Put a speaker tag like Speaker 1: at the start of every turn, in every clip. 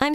Speaker 1: I'm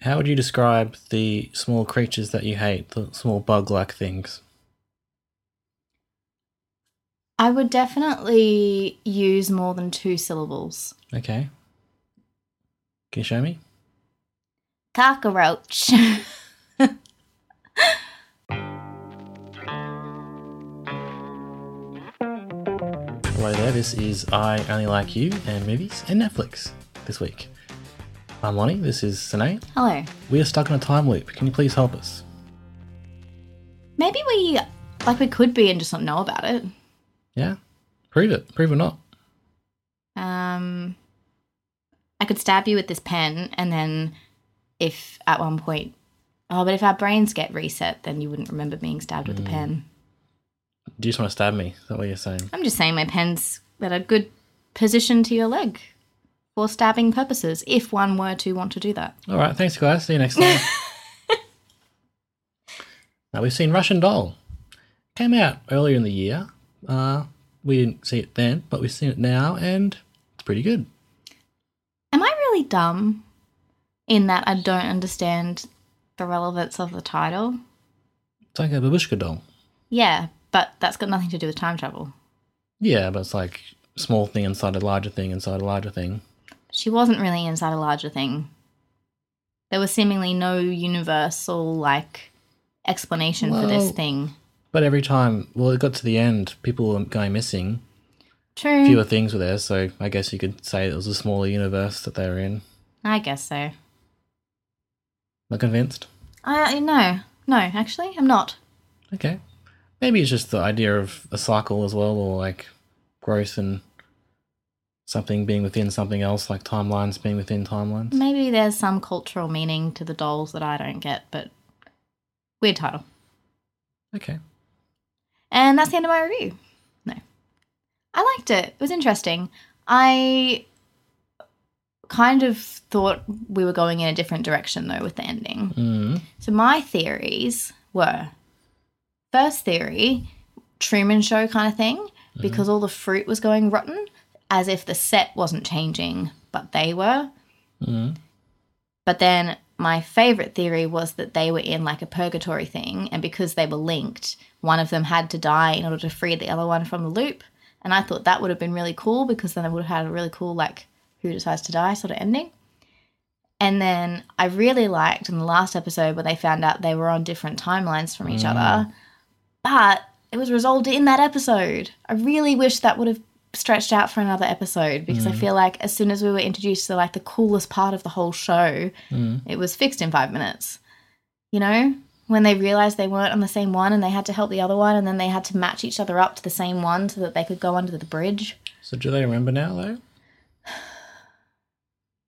Speaker 2: How would you describe the small creatures that you hate, the small bug like things?
Speaker 3: I would definitely use more than two syllables.
Speaker 2: Okay. Can you show me?
Speaker 3: Cockroach.
Speaker 2: Hello there, this is I Only Like You and Movies and Netflix this week. I'm Lonnie, this is Sine.
Speaker 3: Hello.
Speaker 2: We are stuck in a time loop. Can you please help us?
Speaker 3: Maybe we, like, we could be and just not know about it.
Speaker 2: Yeah? Prove it. Prove it or not.
Speaker 3: Um, I could stab you with this pen, and then if at one point, oh, but if our brains get reset, then you wouldn't remember being stabbed with a pen.
Speaker 2: Do you just want to stab me? Is that what you're saying?
Speaker 3: I'm just saying my pen's at a good position to your leg for stabbing purposes, if one were to want to do that.
Speaker 2: Alright, thanks guys. See you next time. now we've seen Russian Doll. Came out earlier in the year. Uh, we didn't see it then, but we've seen it now and it's pretty good.
Speaker 3: Am I really dumb in that I don't understand the relevance of the title?
Speaker 2: It's like a babushka doll.
Speaker 3: Yeah, but that's got nothing to do with time travel.
Speaker 2: Yeah, but it's like small thing inside a larger thing inside a larger thing.
Speaker 3: She wasn't really inside a larger thing. There was seemingly no universal, like, explanation for
Speaker 2: Well-
Speaker 3: this thing.
Speaker 2: But every time, well, it got to the end, people were going missing.
Speaker 3: True.
Speaker 2: Fewer things were there, so I guess you could say it was a smaller universe that they were in.
Speaker 3: I guess so.
Speaker 2: Not convinced?
Speaker 3: I no, no. Actually, I'm not.
Speaker 2: Okay. Maybe it's just the idea of a cycle as well, or like growth and something being within something else, like timelines being within timelines.
Speaker 3: Maybe there's some cultural meaning to the dolls that I don't get, but weird title.
Speaker 2: Okay.
Speaker 3: And that's the end of my review. No, I liked it. It was interesting. I kind of thought we were going in a different direction though with the ending.
Speaker 2: Mm.
Speaker 3: So my theories were first theory, Truman Show kind of thing, because all the fruit was going rotten, as if the set wasn't changing, but they were.
Speaker 2: Mm.
Speaker 3: But then my favorite theory was that they were in like a purgatory thing, and because they were linked, one of them had to die in order to free the other one from the loop. And I thought that would have been really cool because then they would have had a really cool, like, who decides to die sort of ending. And then I really liked in the last episode where they found out they were on different timelines from each other, but it was resolved in that episode. I really wish that would have stretched out for another episode because I feel like as soon as we were introduced to like the coolest part of the whole show, it was fixed in five minutes. You know, when they realized they weren't on the same one and they had to help the other one and then they had to match each other up to the same one so that they could go under the bridge.
Speaker 2: So do they remember now, though?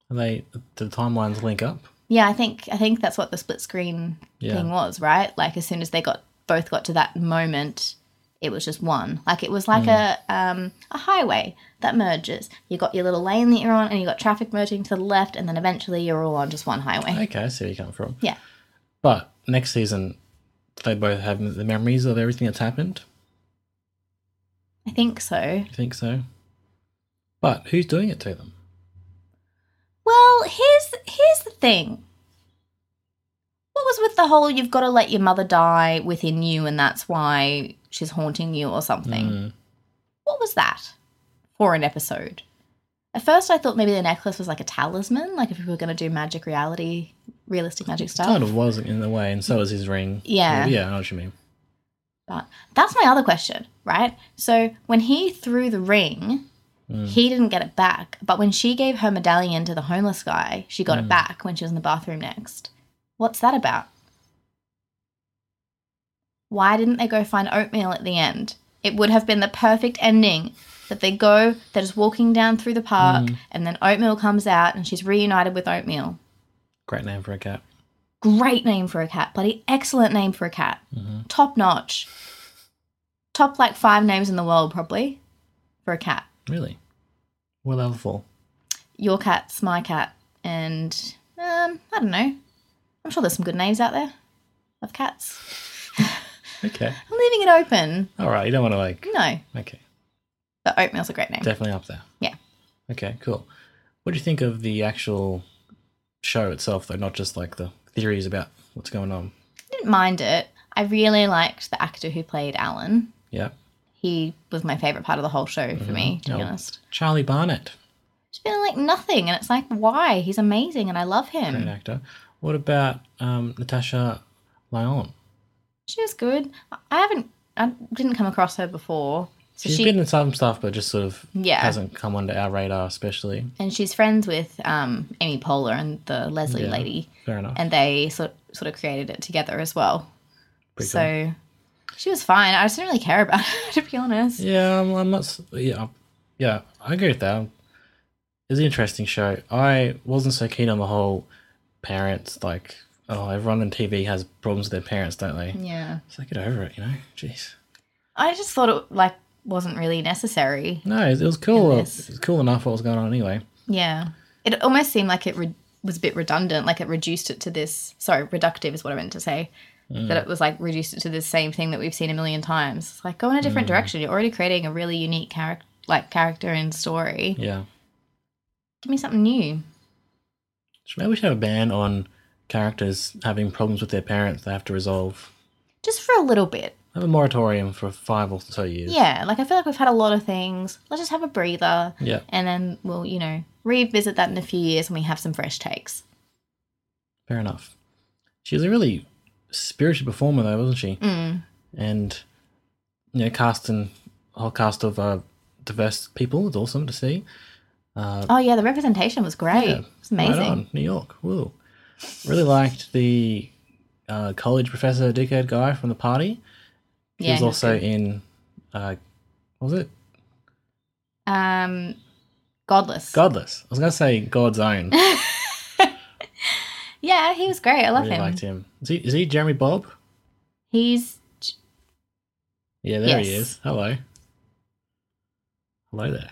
Speaker 2: Are they, do the timelines link up?
Speaker 3: Yeah, I think I think that's what the split screen
Speaker 2: Yeah.
Speaker 3: thing was, right? Like as soon as they got both got to that moment, it was just one. Like it was like
Speaker 2: Mm.
Speaker 3: a um, a highway that merges. You got your little lane that you're on, and you got traffic merging to the left, and then eventually you're all on just one highway.
Speaker 2: Okay, I see where you come from.
Speaker 3: Yeah.
Speaker 2: But next season, do they both have the memories of everything that's happened?
Speaker 3: I think so.
Speaker 2: You think so? But who's doing it to them?
Speaker 3: Well, here's here's the thing. What was with the whole you've got to let your mother die within you and that's why she's haunting you or something?
Speaker 2: Mm.
Speaker 3: What was that for an episode? At first I thought maybe the necklace was like a talisman, like if we were going to do magic reality, realistic magic stuff.
Speaker 2: Kind of was in a way, and so is his ring.
Speaker 3: Yeah.
Speaker 2: yeah, I know what you mean.
Speaker 3: But that's my other question, right? So when he threw the ring, he didn't get it back. But when she gave her medallion to the homeless guy, she got it back when she was in the bathroom next. What's that about? Why didn't they go find oatmeal at the end? It would have been the perfect ending that they go, they're just walking down through the park, and then Oatmeal comes out and she's reunited with Oatmeal.
Speaker 2: Great name for a cat.
Speaker 3: Great name for a cat, bloody excellent name for a cat. Top notch. Top like five names in the world, probably, for a cat.
Speaker 2: Really? Well, out of four.
Speaker 3: Your cat's my cat, and um, I don't know. I'm sure there's some good names out there of cats.
Speaker 2: Okay.
Speaker 3: I'm leaving it open.
Speaker 2: All right. You don't want to like.
Speaker 3: No,
Speaker 2: Okay.
Speaker 3: but Oatmeal's a great name.
Speaker 2: Definitely up there.
Speaker 3: Yeah.
Speaker 2: Okay. Cool. What do you think of the actual show itself, though? Not just like the theories about what's going on.
Speaker 3: didn't mind it. I really liked the actor who played Alan.
Speaker 2: Yeah.
Speaker 3: He was my favorite part of the whole show for me, to be
Speaker 2: Oh.
Speaker 3: honest.
Speaker 2: Charlie Barnett,
Speaker 3: It's been like nothing, and it's like, why? He's amazing, and I love
Speaker 2: great
Speaker 3: him.
Speaker 2: actor. What about um, Natasha Lyon?
Speaker 3: She was good. I- I haven't, I didn't come across her before. So
Speaker 2: She's
Speaker 3: she
Speaker 2: been in some stuff, but just sort of
Speaker 3: Yeah.
Speaker 2: hasn't come onto our radar, especially.
Speaker 3: and she's friends with um, Amy Poehler and the Leslie
Speaker 2: Yeah.
Speaker 3: lady,
Speaker 2: Fair enough.
Speaker 3: and they sort sort of created it together as well.
Speaker 2: Pretty
Speaker 3: so she was fine. I just didn't really care about her, to be honest.
Speaker 2: Yeah, I'm, I'm not. s- Yeah, yeah, I agree with that. It's an interesting show. I wasn't so keen on the whole parents like. Oh, everyone on TV has problems with their parents, don't they?
Speaker 3: yeah,
Speaker 2: So get over it, you know. Jeez.
Speaker 3: I just thought it like wasn't really necessary.
Speaker 2: No, it, it was cool. uh, It
Speaker 3: Goodness.
Speaker 2: was cool enough what was going on anyway.
Speaker 3: Yeah. It almost seemed like it re- was a bit redundant, like it reduced it to this. Sorry, reductive is what I meant to say.
Speaker 2: Mm.
Speaker 3: That it was like reduced it to the same thing that we've seen a million times. It's like go in a
Speaker 2: Mm.
Speaker 3: different direction. You're already creating a really unique character, like character and story.
Speaker 2: Yeah.
Speaker 3: Give me something new.
Speaker 2: Should- Maybe we should have a ban on characters having problems with their parents they have to resolve.
Speaker 3: Just for a little bit.
Speaker 2: Have a moratorium for five or so years.
Speaker 3: Yeah. Like I feel like we've had a lot of things. Let's just have a breather.
Speaker 2: Yeah.
Speaker 3: And then we'll, you know, revisit that in a few years when we have some fresh takes.
Speaker 2: Fair enough. She was a really spirited performer, though, wasn't she?
Speaker 3: Mm.
Speaker 2: and you know casting a whole cast of uh, diverse people is awesome to see. Uh,
Speaker 3: Oh, yeah. The representation was great.
Speaker 2: yeah,
Speaker 3: It's amazing.
Speaker 2: Right on, New York. Woo. Really liked the uh, college professor dickhead guy from the party. He
Speaker 3: Yeah,
Speaker 2: was
Speaker 3: he was
Speaker 2: also
Speaker 3: good.
Speaker 2: in. Uh, what was it
Speaker 3: Um, Godless.
Speaker 2: Godless? I was gonna say God's Own. I
Speaker 3: Yeah, he was great. I love
Speaker 2: really
Speaker 3: him.
Speaker 2: liked him. Is he, is he Jeremy Bob?
Speaker 3: He's
Speaker 2: Yeah, there he
Speaker 3: Yes.
Speaker 2: is. Hello. Hello there.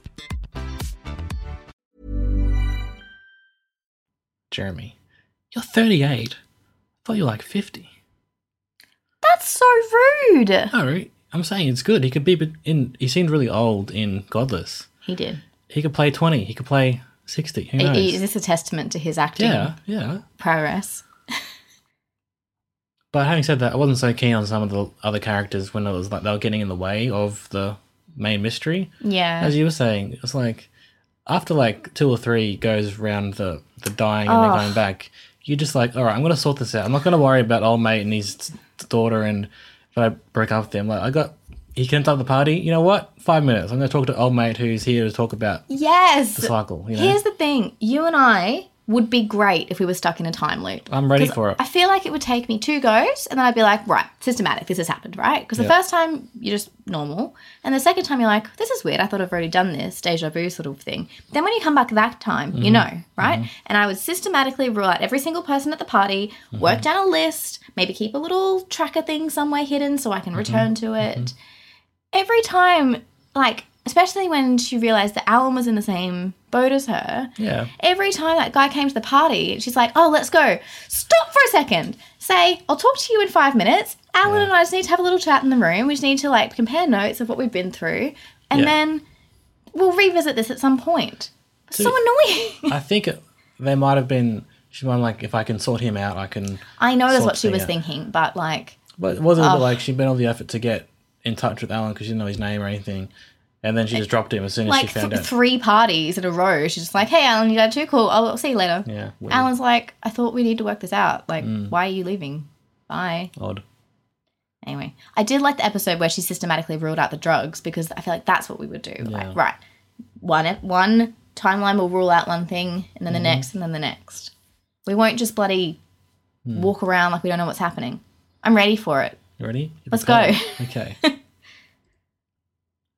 Speaker 2: Jeremy, you're 38. I thought you were like 50.
Speaker 3: that's so rude.
Speaker 2: No, I'm saying it's good. He could be but in. He seemed really old in Godless.
Speaker 3: He did.
Speaker 2: He could play 20. He could play 60. Who
Speaker 3: I-
Speaker 2: knows?
Speaker 3: Is this a testament to his acting
Speaker 2: yeah, yeah.
Speaker 3: prowess?
Speaker 2: But having said that, I wasn't so keen on some of the other characters when it was like they were getting in the way of the main mystery.
Speaker 3: Yeah.
Speaker 2: As you were saying, it's like after like two or three goes round the the dying and
Speaker 3: Oh.
Speaker 2: then going back, you're just like, all right, I'm gonna sort this out. I'm not gonna worry about old mate and his t- daughter and if I break up with them. Like I got. He can start the party. You know what? Five minutes. I'm going to talk to old mate who's here to talk about
Speaker 3: yes.
Speaker 2: the cycle. You know,
Speaker 3: Here's the thing. You and I would be great if we were stuck in a time loop.
Speaker 2: I'm ready
Speaker 3: 'Cause
Speaker 2: for it.
Speaker 3: I feel like it would take me two goes, and then I'd be like, right, systematic, this has happened, right? Because the
Speaker 2: Yeah.
Speaker 3: first time you're just normal, and the second time you're like, this is weird. I thought I've already done this, deja vu sort of thing. Then when you come back that time,
Speaker 2: Mm-hmm.
Speaker 3: you know, right? And I would systematically rule out every single person at the party,
Speaker 2: Mm-hmm.
Speaker 3: work down a list, maybe keep a
Speaker 2: Mm-hmm.
Speaker 3: little tracker thing somewhere hidden so I can return to it. Every time like, especially when she realized that Alan was in the same boat as her.
Speaker 2: Yeah.
Speaker 3: Every time that guy came to the party, she's like, oh, let's go. Stop for a second. Say, I'll talk to you in five minutes. Alan and I just need to have a little chat in the room. We just need to like compare notes of what we've been through. And
Speaker 2: Yeah.
Speaker 3: then we'll revisit this at some point. It's so annoying.
Speaker 2: I think it, they might have been. She might have like if I can sort him out, I can.
Speaker 3: I know that's
Speaker 2: Sort
Speaker 3: what she
Speaker 2: thing
Speaker 3: was
Speaker 2: out.
Speaker 3: thinking, but like,
Speaker 2: But it wasn't a bit like she'd made all the effort to get in touch with Alan because she didn't know his name or anything, and then she just dropped him as soon as
Speaker 3: like
Speaker 2: she found
Speaker 3: th-
Speaker 2: out.
Speaker 3: three parties in a row. She's just like, hey, Alan, you died too? Cool. I'll, I'll see you later.
Speaker 2: yeah, weird, Mm.
Speaker 3: Alan's like, I thought we need to work this out. Like, why are you leaving? Bye.
Speaker 2: odd.
Speaker 3: Anyway, I did like the episode where she systematically ruled out the drugs because I feel like that's what we would do.
Speaker 2: Yeah.
Speaker 3: Like, right, one ep- one timeline will rule out one thing, and then the next, and then the next. We won't just bloody walk around like we don't know what's happening. I'm ready for it.
Speaker 2: You ready? You're
Speaker 3: Let's go.
Speaker 2: prepared. Okay.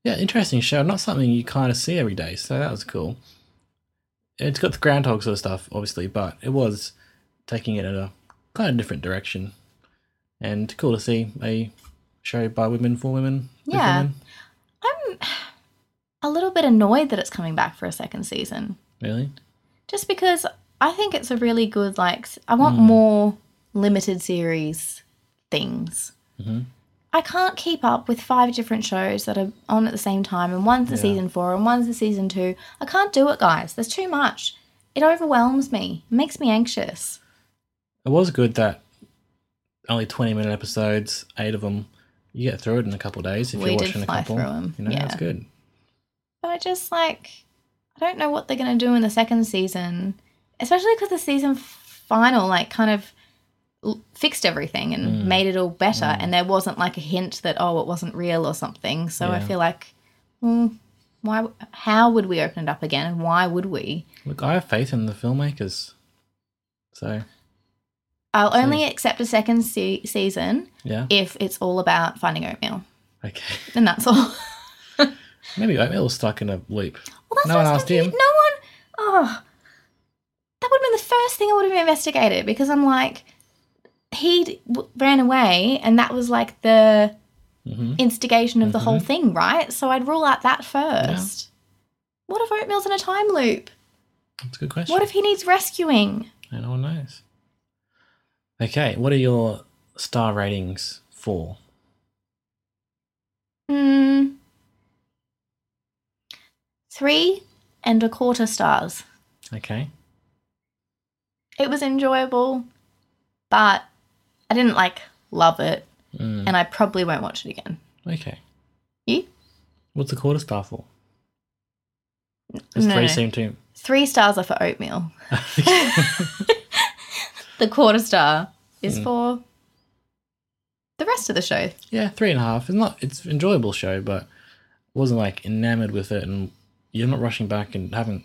Speaker 2: yeah, interesting show. Not something you kind of see every day, so that was cool. It's got the groundhog sort of stuff, obviously, but it was taking it in a kind of different direction, and cool to see a show by women for women. with
Speaker 3: Yeah.
Speaker 2: women.
Speaker 3: I'm a little bit annoyed that it's coming back for a second season.
Speaker 2: Really?
Speaker 3: just because I think it's a really good like s- I want more limited series things. I can't keep up with five different shows that are on at the same time, and one's the season four, and one's the season two. I can't do it, guys. There's too much. It overwhelms me. It makes me anxious.
Speaker 2: It was good that only 20 minute episodes, eight of them, you get through it in a couple of days if
Speaker 3: We
Speaker 2: you're
Speaker 3: did
Speaker 2: watching a
Speaker 3: fly
Speaker 2: couple.
Speaker 3: through 'em,
Speaker 2: You know, that's
Speaker 3: yeah.
Speaker 2: good.
Speaker 3: But I just like I don't know what they're gonna do in the second season, especially because the season f- final like kind of l- fixed everything and made it all better, and there wasn't like a hint that oh it wasn't real or something. So I
Speaker 2: Yeah.
Speaker 3: feel like mm, why? w- How would we open it up again, and why would we?
Speaker 2: Look, I have faith in the filmmakers. So,
Speaker 3: I'll only accept a second se- season
Speaker 2: yeah.
Speaker 3: if it's all about finding oatmeal,
Speaker 2: Okay.
Speaker 3: and that's all. well,
Speaker 2: Maybe Oatmeal was stuck in a loop.
Speaker 3: that's
Speaker 2: No
Speaker 3: what
Speaker 2: one
Speaker 3: I was
Speaker 2: asked him.
Speaker 3: confused. No one. Oh, that would have been the first thing I would have investigated because I'm like, he d- w- ran away, and that was like the
Speaker 2: Mm-hmm.
Speaker 3: instigation of the whole thing, right? So I'd rule out that first. What if oatmeal's in a time loop?
Speaker 2: That's a good question.
Speaker 3: What if he needs rescuing?
Speaker 2: Yeah, No one knows. Okay, what are your star ratings for?
Speaker 3: Hmm. Three and a quarter stars.
Speaker 2: Okay.
Speaker 3: It was enjoyable, but I didn't like love it,
Speaker 2: Mm,
Speaker 3: and I probably won't watch it again.
Speaker 2: okay.
Speaker 3: You?
Speaker 2: What's the quarter star for? Does
Speaker 3: No,
Speaker 2: three
Speaker 3: no.
Speaker 2: seem to.
Speaker 3: Three stars are for oatmeal. the quarter star is
Speaker 2: Mm.
Speaker 3: for the rest of the show.
Speaker 2: Yeah, three and a half. It's not. It's an enjoyable show, but wasn't like enamored with it, and you're not rushing back and haven't.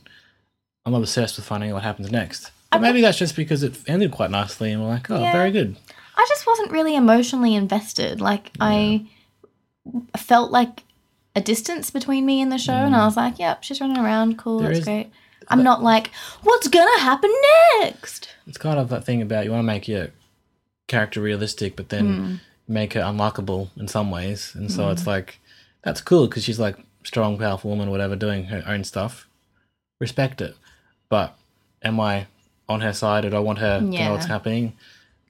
Speaker 2: I'm not obsessed with finding out what happens next. But maybe that's just because it ended quite nicely, and we're like, oh,
Speaker 3: Yeah.
Speaker 2: very good.
Speaker 3: I just wasn't really emotionally invested. Like I felt like a distance between me and the show, and I was like, "Yep, she's running around. Cool,
Speaker 2: Mm. There
Speaker 3: that's
Speaker 2: is-
Speaker 3: great." I'm not like, "What's gonna happen next?"
Speaker 2: It's kind of that thing about you want to make your character realistic, but then
Speaker 3: Hmm.
Speaker 2: make her unlikable in some ways, and so it's like that's cool because she's like strong, powerful woman, whatever, doing her own stuff. Respect it, but am I on her side? or Do I want her to
Speaker 3: Yeah.
Speaker 2: know what's happening?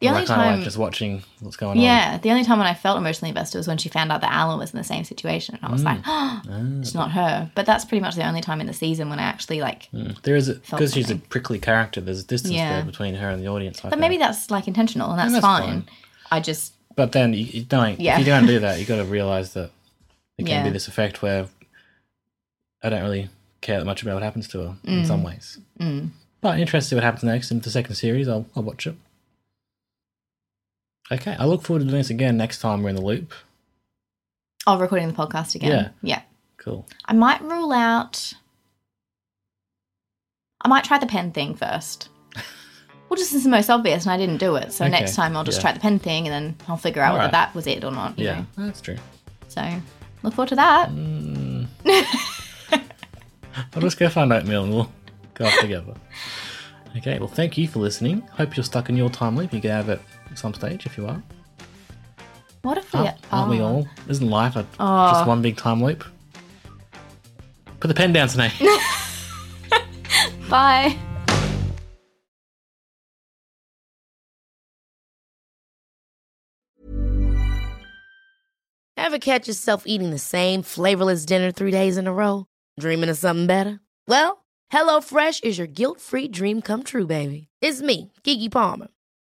Speaker 3: The
Speaker 2: Am I
Speaker 3: only
Speaker 2: kind of
Speaker 3: time-
Speaker 2: like just watching what's going on?
Speaker 3: Yeah, the only time when I felt emotionally invested was when she found out that Alan was in the same situation, and I was like, oh,
Speaker 2: Mm.
Speaker 3: "It's
Speaker 2: Ah.
Speaker 3: not her." But that's pretty much the only time in the season when I actually like.
Speaker 2: Mm. There is
Speaker 3: Felt
Speaker 2: because she's a
Speaker 3: something.
Speaker 2: prickly character. There's a distance
Speaker 3: Yeah.
Speaker 2: there between her and the audience. I
Speaker 3: But
Speaker 2: think.
Speaker 3: maybe that's like intentional, and that's,
Speaker 2: that's
Speaker 3: fine.
Speaker 2: fine.
Speaker 3: I just
Speaker 2: But then you, you don't. If
Speaker 3: Yeah.
Speaker 2: you don't do that, you got to realize that there can
Speaker 3: Yeah.
Speaker 2: be this effect where I don't really care that much about what happens to her in some ways.
Speaker 3: Mm.
Speaker 2: But interested to see what happens next in the second series. I'll I'll watch it. Okay, I look forward to doing this again next time we're in the loop.
Speaker 3: oh, recording the podcast again. Yeah, yeah.
Speaker 2: Cool.
Speaker 3: I might rule out. I might try the pen thing first. Well, just it's the most obvious, and I didn't do it. So
Speaker 2: Okay,
Speaker 3: next time I'll just
Speaker 2: yeah.
Speaker 3: try the pen thing, and then I'll figure out whether
Speaker 2: Alright.
Speaker 3: that was it or not. you
Speaker 2: Yeah, Mm.
Speaker 3: know.
Speaker 2: that's true.
Speaker 3: So look forward to that.
Speaker 2: I'll just go find oatmeal and we'll go off together. Okay, well, thank you for listening. Hope you're stuck in your time loop. You get out of it at some stage if you are.
Speaker 3: What if we
Speaker 2: Ah, Aren't, aren't we
Speaker 3: oh.
Speaker 2: all? Isn't life a, just one big time loop? Put the pen down tonight.
Speaker 3: Bye.
Speaker 4: Ever catch yourself eating the same flavorless dinner three days in a row? Dreaming of something better? Well, HelloFresh is your guilt free dream come true, baby. It's me, Kiki Palmer.